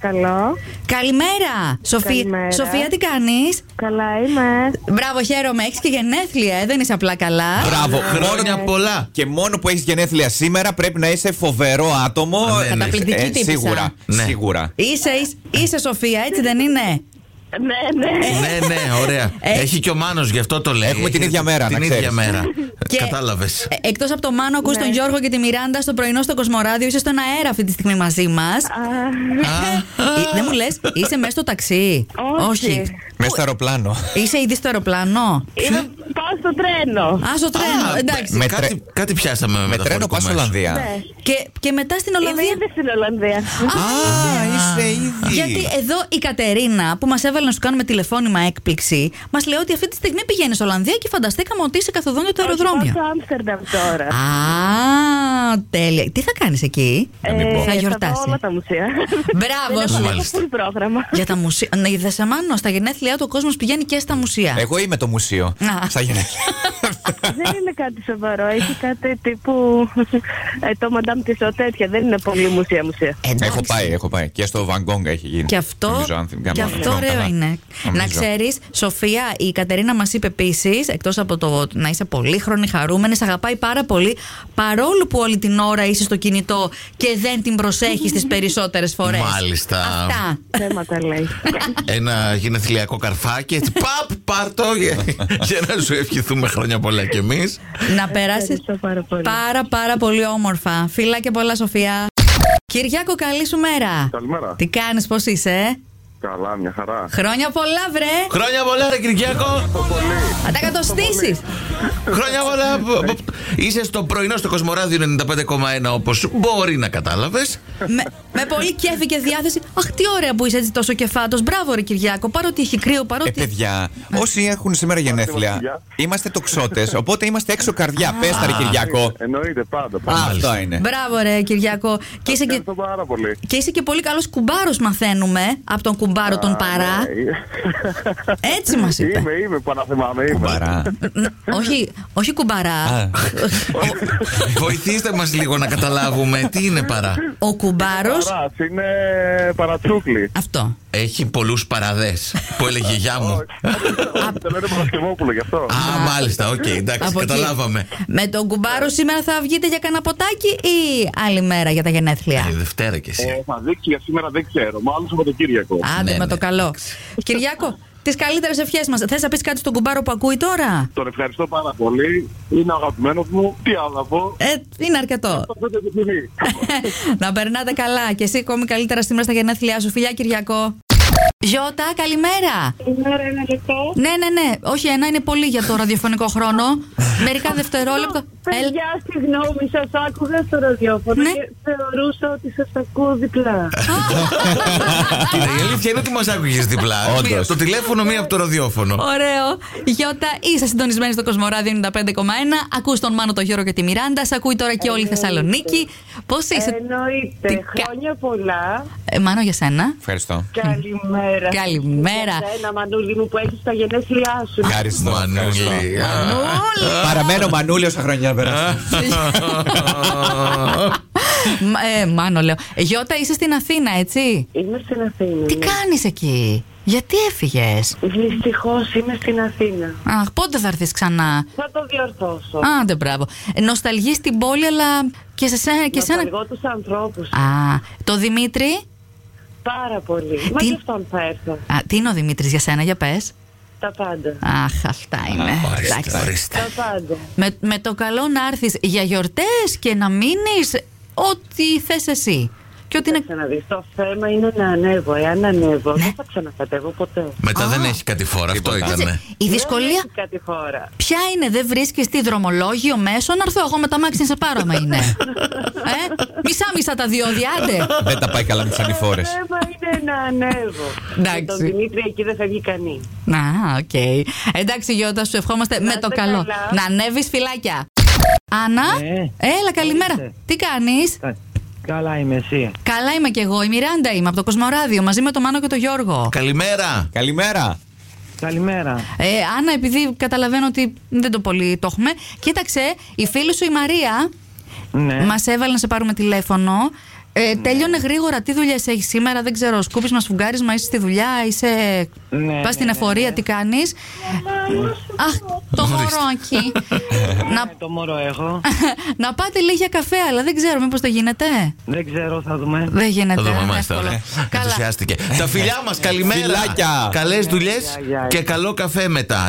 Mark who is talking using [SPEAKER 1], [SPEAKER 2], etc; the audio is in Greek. [SPEAKER 1] Παρακαλώ.
[SPEAKER 2] Καλημέρα! Σοφία,
[SPEAKER 1] Καλημέρα.
[SPEAKER 2] Σοφία τι κάνεις.
[SPEAKER 1] Καλά είμαι.
[SPEAKER 2] Μπράβο, χαίρομαι. Έχεις και γενέθλια, ε, δεν είσαι απλά καλά.
[SPEAKER 3] Μπράβο,
[SPEAKER 4] Χρόνια πολλά.
[SPEAKER 3] Και μόνο που έχεις γενέθλια σήμερα πρέπει να είσαι φοβερό άτομο. Ε,
[SPEAKER 4] Α, ναι, ναι.
[SPEAKER 2] Καταπληκτική τύπησα.
[SPEAKER 3] Σίγουρα.
[SPEAKER 4] Ναι.
[SPEAKER 3] Σίγουρα.
[SPEAKER 2] Είσαι, είσαι, είσαι, Σοφία, έτσι δεν είναι.
[SPEAKER 1] Ναι, ναι.
[SPEAKER 4] ναι, ναι, ωραία.
[SPEAKER 2] Ε.
[SPEAKER 4] Έχει και ο Μάνος γι' αυτό το λέει.
[SPEAKER 3] Έχουμε την ίδια μέρα,
[SPEAKER 4] Την
[SPEAKER 3] να
[SPEAKER 4] ίδια
[SPEAKER 3] ξέρεις.
[SPEAKER 4] μέρα.
[SPEAKER 2] Και-
[SPEAKER 4] Κατάλαβε.
[SPEAKER 2] Ε, Εκτός από το Μάνο, ακούς
[SPEAKER 1] Ναι.
[SPEAKER 2] τον Γιώργο και τη Μιράντα στο πρωινό στο Κοσμοράδιο, είσαι στον αέρα αυτή τη στιγμή μαζί μας.
[SPEAKER 1] Α,
[SPEAKER 2] Δεν μου λες, είσαι μέσα στο ταξί.
[SPEAKER 1] Όχι.
[SPEAKER 3] Μέσα στο αεροπλάνο.
[SPEAKER 2] Είσαι ήδη στο αεροπλάνο.
[SPEAKER 1] είμαι- Πάω στο τρένο.
[SPEAKER 2] Α, στο τρένο, ναι, εντάξει.
[SPEAKER 3] με
[SPEAKER 4] κάτι,
[SPEAKER 3] τρέ-
[SPEAKER 4] κάτι πιάσαμε με
[SPEAKER 3] Με τρένο πα
[SPEAKER 4] μεταφορικό μέσο.
[SPEAKER 3] Ολλανδία.
[SPEAKER 1] Ναι.
[SPEAKER 2] Και, και μετά στην
[SPEAKER 1] Είμαι
[SPEAKER 2] Ολλανδία.
[SPEAKER 1] ήδη στην Ολλανδία.
[SPEAKER 3] Α, είσαι ήδη.
[SPEAKER 2] Γιατί εδώ η Κατερίνα που μας έβαλε να σου κάνουμε τηλεφώνημα έκπληξη, μας λέει ότι αυτή τη στιγμή πηγαίνεις Ολλανδία και φανταστήκαμε ότι είσαι καθοδόν για το
[SPEAKER 1] Πάω
[SPEAKER 2] αεροδρόμιο.
[SPEAKER 1] στο Άμστερνταμ τώρα.
[SPEAKER 2] Α, τέλεια. Τι θα κάνεις εκεί,
[SPEAKER 3] μην
[SPEAKER 1] Ε,
[SPEAKER 3] πω.
[SPEAKER 2] Θα
[SPEAKER 1] δω
[SPEAKER 2] γιορτάσει.
[SPEAKER 1] όλα τα μουσεία.
[SPEAKER 2] Μπράβο σου.
[SPEAKER 4] Μάλιστα.
[SPEAKER 1] Πολύ πρόγραμμα.
[SPEAKER 2] Για τα μουσεία. Ναι, είδες, Αμάνο, στα γενέθλιά του ο κόσμος πηγαίνει και στα μουσεία.
[SPEAKER 3] Εγώ είμαι το μουσείο.
[SPEAKER 2] Α.
[SPEAKER 3] Στα γενέθλια.
[SPEAKER 1] Δεν είναι κάτι σοβαρό. Έχει κάτι τύπου ε, το Madame Tissot τέτοια. Δεν είναι πολύ μουσεία μουσεία.
[SPEAKER 2] Εντάξει.
[SPEAKER 3] Έχω πάει, έχω πάει. Και στο Βαγκόγκα έχει γίνει.
[SPEAKER 2] Και αυτό,
[SPEAKER 3] Νομίζω, αν θυμάμαι,
[SPEAKER 2] και
[SPEAKER 3] αν
[SPEAKER 2] αυτό
[SPEAKER 3] θυμάμαι
[SPEAKER 2] ωραίο
[SPEAKER 3] καλά.
[SPEAKER 2] είναι. Να
[SPEAKER 3] Νομίζω.
[SPEAKER 2] ξέρεις, Σοφία, η Κατερίνα μας είπε επίσης, εκτός από το να είσαι πολύχρονη, χαρούμενη, σε αγαπάει πάρα πολύ, παρόλο που όλη την ώρα είσαι στο κινητό και δεν την προσέχεις τις περισσότερες φορές.
[SPEAKER 4] Μάλιστα.
[SPEAKER 2] Αυτά.
[SPEAKER 1] Θέματα λέει.
[SPEAKER 4] Ένα γενεθλιακό καρφάκι. Έτσι, παπ, πάρτο. για- Για να σου ευχηθούμε χρόνια πολλά κι εμείς.
[SPEAKER 2] να περάσεις
[SPEAKER 1] Ευχαριστώ πάρα πολύ.
[SPEAKER 2] πάρα πάρα πολύ όμορφα. Φιλά και πολλά, Σοφία. Κυριάκο, καλή σου μέρα.
[SPEAKER 5] Καλημέρα.
[SPEAKER 2] Τι κάνεις, πώς είσαι, ε?
[SPEAKER 5] Καλά, μια χαρά.
[SPEAKER 2] Χρόνια πολλά, βρε!
[SPEAKER 4] Χρόνια πολλά, ρε Κυριακό.
[SPEAKER 2] Θα τα κατοστήσεις.
[SPEAKER 4] Χρόνια πολλά. Μπ, μπ. Είσαι στο πρωινό στο Κοσμοράδιο 95,1 όπως μπορεί να κατάλαβες.
[SPEAKER 2] με, με πολύ κέφι και διάθεση. Αχ, τι ωραία που είσαι έτσι τόσο κεφάτος. Μπράβο, ρε Κυριάκο. Παρότι έχει κρύο,
[SPEAKER 3] Ε,
[SPEAKER 2] παρότι.
[SPEAKER 3] παιδιά, όσοι έχουν σήμερα γενέθλια,
[SPEAKER 5] βασιλιά.
[SPEAKER 3] είμαστε τοξότες. Οπότε είμαστε έξω καρδιά. Πες τα, ρε Κυριακό.
[SPEAKER 5] Εννοείται πάντα. πάντα.
[SPEAKER 3] Αυτό είναι.
[SPEAKER 2] Μπράβο, ρε Κυριάκο. Και είσαι και,
[SPEAKER 5] Ευχαριστώ πάρα πολύ.
[SPEAKER 2] και είσαι και πολύ καλός κουμπάρος, μαθαίνουμε. Από τον κουμπάρο τον Παρά. Ε,
[SPEAKER 5] Α, ναι.
[SPEAKER 2] Έτσι μας είπε.
[SPEAKER 5] Είμαι, είμαι, παναθεμάμαι, είμαι.
[SPEAKER 3] Παρά.
[SPEAKER 2] Ν- όχι, όχι κουμπαρά.
[SPEAKER 3] Α.
[SPEAKER 4] Βοηθήστε μας λίγο να καταλάβουμε τι είναι παρά.
[SPEAKER 2] Ο κουμπάρος.
[SPEAKER 5] Παράς, είναι παρατσούκλι.
[SPEAKER 2] Αυτό.
[SPEAKER 4] Έχει πολλούς παραδές που έλεγε η γιαγιά μου.
[SPEAKER 5] Το λένε Παρασκευόπουλο γι' αυτό.
[SPEAKER 4] Α, μάλιστα, οκ, εντάξει,
[SPEAKER 2] Από εκεί.
[SPEAKER 4] καταλάβαμε.
[SPEAKER 2] Με τον
[SPEAKER 5] Ναι.
[SPEAKER 2] κουμπάρο σήμερα θα βγείτε για κανένα ποτάκι ή άλλη μέρα για τα
[SPEAKER 4] Ε,
[SPEAKER 2] γενέθλια.
[SPEAKER 4] Δευτέρα κι
[SPEAKER 5] Ε,
[SPEAKER 4] εσύ.
[SPEAKER 5] Θα δείξει για σήμερα, δεν ξέρω. Μάλλον Σαββατοκύριακο.
[SPEAKER 3] Ε,
[SPEAKER 2] Άντε
[SPEAKER 4] ναι,
[SPEAKER 2] με
[SPEAKER 4] ναι,
[SPEAKER 2] το καλό. Κυριάκο, τις καλύτερες ευχές μας. Θες να πεις κάτι στον κουμπάρο που ακούει τώρα.
[SPEAKER 5] Τον ευχαριστώ πάρα πολύ. Είναι αγαπημένος μου. Τι άλλο να πω.
[SPEAKER 2] Ε, είναι αρκετό.
[SPEAKER 5] Αυτό δεν το επιθυμεί.
[SPEAKER 2] να περνάτε καλά. Και εσύ ακόμη καλύτερα σήμερα στα γενέθλιά σου. Φιλιά, Κυριακό. Γιώτα, καλημέρα.
[SPEAKER 1] Σήμερα ένα λεπτό.
[SPEAKER 2] Ναι, ναι, ναι. Όχι, ένα είναι πολύ για το ραδιοφωνικό χρόνο. Μερικά δευτερόλεπτα. Έλ-
[SPEAKER 1] Ε, Παιδιά, συγγνώμη, σας άκουγα στο ραδιόφωνο
[SPEAKER 2] Ναι.
[SPEAKER 1] και θεωρούσα ότι σας ακούω διπλά.
[SPEAKER 4] Κοίτα, η αλήθεια είναι ότι μας άκουγες διπλά.
[SPEAKER 3] Όντως.
[SPEAKER 4] Μία από το τηλέφωνο, μία από το ραδιόφωνο.
[SPEAKER 2] Ωραίο. Γιώτα, είσαι συντονισμένη στο Κοσμοράδιο 95,1. Ακούς τον Μάνο, τον Γιώργο και τη Μιράντα. Σ' ακούει τώρα και όλη η Θεσσαλονίκη. Πώς είσαι. Τι
[SPEAKER 1] Εννοείται.
[SPEAKER 2] κα-
[SPEAKER 1] Χρόνια πολλά.
[SPEAKER 2] Ε, Μάνο, για σένα.
[SPEAKER 3] Ευχαριστώ.
[SPEAKER 1] Καλημέρα.
[SPEAKER 2] Καλημέρα.
[SPEAKER 1] Σε Ένα μανούλι μου που έχεις τα γενέθλιά σου.
[SPEAKER 3] Ευχαριστώ. ευχαριστώ.
[SPEAKER 4] Μανούλη.
[SPEAKER 2] Όλα.
[SPEAKER 3] Παραμένω μανούλη όσα χρόνια περάσουν.
[SPEAKER 2] Μ- ε, Μάνο, λέω. Γιώτα, είσαι στην Αθήνα, έτσι.
[SPEAKER 1] Είμαι στην Αθήνα. ναι.
[SPEAKER 2] Τι κάνεις εκεί, Γιατί έφυγες.
[SPEAKER 1] Δυστυχώς είμαι στην Αθήνα.
[SPEAKER 2] Αχ, πότε θα έρθεις ξανά.
[SPEAKER 1] Θα το διορθώσω.
[SPEAKER 2] Άντε, μπράβο. Νοσταλγείς την πόλη, αλλά και σε σένα. Και
[SPEAKER 1] Και
[SPEAKER 2] σένα...
[SPEAKER 1] Εγώ τους ανθρώπους.
[SPEAKER 2] Α, το Δημήτρη.
[SPEAKER 1] Πάρα πολύ. Μα
[SPEAKER 2] Τι-
[SPEAKER 1] και αυτόν θα έρθω.
[SPEAKER 2] Α, τι είναι ο Δημήτρης για σένα, για πες.
[SPEAKER 1] Τα πάντα.
[SPEAKER 2] Αχ, αυτά είναι. Εντάξει.
[SPEAKER 4] Ορίστε, ορίστε.
[SPEAKER 1] Τα πάντα.
[SPEAKER 2] Με, με το καλό να έρθεις για γιορτές και να μείνεις ό,τι θες εσύ. Και ό,τι είναι.
[SPEAKER 1] Κοίταξε να δεις, Το θέμα είναι να ανέβω. Εάν ανέβω,
[SPEAKER 2] Ναι.
[SPEAKER 1] δεν θα ξανακατεύω ποτέ.
[SPEAKER 4] Μετά δεν έχει κάτι φόρα, αυτό
[SPEAKER 3] Τίποτα.
[SPEAKER 4] ήταν.
[SPEAKER 2] Η δυσκολία.
[SPEAKER 1] Δεν έχει κάτι χώρα.
[SPEAKER 2] Ποια είναι, δεν βρίσκεις τι δρομολόγιο μέσο, να έρθω εγώ με τα μάξι να σε πάρω, άμα είναι. ε, μισά μισά τα διόδια, άντε.
[SPEAKER 3] Δεν τα πάει καλά με τις ανηφόρε.
[SPEAKER 1] Το θέμα είναι να ανέβω.
[SPEAKER 2] Εντάξει.
[SPEAKER 1] Με τον Δημήτρη εκεί δεν φεύγει κανείς.
[SPEAKER 2] Να, οκ. Εντάξει, Γιώτα, σου ευχόμαστε με το
[SPEAKER 1] είστε
[SPEAKER 2] καλό.
[SPEAKER 1] καλά.
[SPEAKER 2] Να ανέβεις φυλάκια. Άννα, έλα, καλημέρα. Τι κάνεις.
[SPEAKER 6] Καλά είμαι εσύ.
[SPEAKER 2] Καλά είμαι κι εγώ. Η Μιράντα είμαι από το Κοσμοράδιο μαζί με τον Μάνο και τον Γιώργο.
[SPEAKER 4] Καλημέρα.
[SPEAKER 3] Καλημέρα.
[SPEAKER 6] Καλημέρα.
[SPEAKER 2] Ε, Άννα, επειδή καταλαβαίνω ότι δεν το πολύ το έχουμε, κοίταξε, η φίλη σου η Μαρία
[SPEAKER 6] Ναι.
[SPEAKER 2] μας έβαλε να σε πάρουμε τηλέφωνο Ε, τέλειωνε γρήγορα. Τι δουλειές έχεις σήμερα, δεν ξέρω. Σκούπισμα, σφουγγάρισμα, είσαι στη δουλειά, είσαι.
[SPEAKER 6] Ναι,
[SPEAKER 2] Πας
[SPEAKER 6] ναι,
[SPEAKER 2] στην
[SPEAKER 6] ναι,
[SPEAKER 2] εφορία,
[SPEAKER 6] ναι.
[SPEAKER 2] τι κάνεις. Αχ, το μωρό εκεί. να,
[SPEAKER 6] Ναι, το μωρό έχω.
[SPEAKER 2] να πάτε λέει για καφέ, αλλά δεν ξέρω, μήπως το γίνεται.
[SPEAKER 6] Δεν ξέρω, θα δούμε.
[SPEAKER 2] Δεν γίνεται.
[SPEAKER 4] Θα δούμε
[SPEAKER 2] δεν είναι
[SPEAKER 4] μάλιστα.
[SPEAKER 2] εύκολο.
[SPEAKER 4] ωραία.
[SPEAKER 2] Καλά.
[SPEAKER 4] Ενθουσιάστηκε. Τα φιλιά μας, καλημέρα.
[SPEAKER 3] Φιλάκια.
[SPEAKER 4] Καλές δουλειές
[SPEAKER 6] γεια, γεια.
[SPEAKER 4] και καλό καφέ μετά.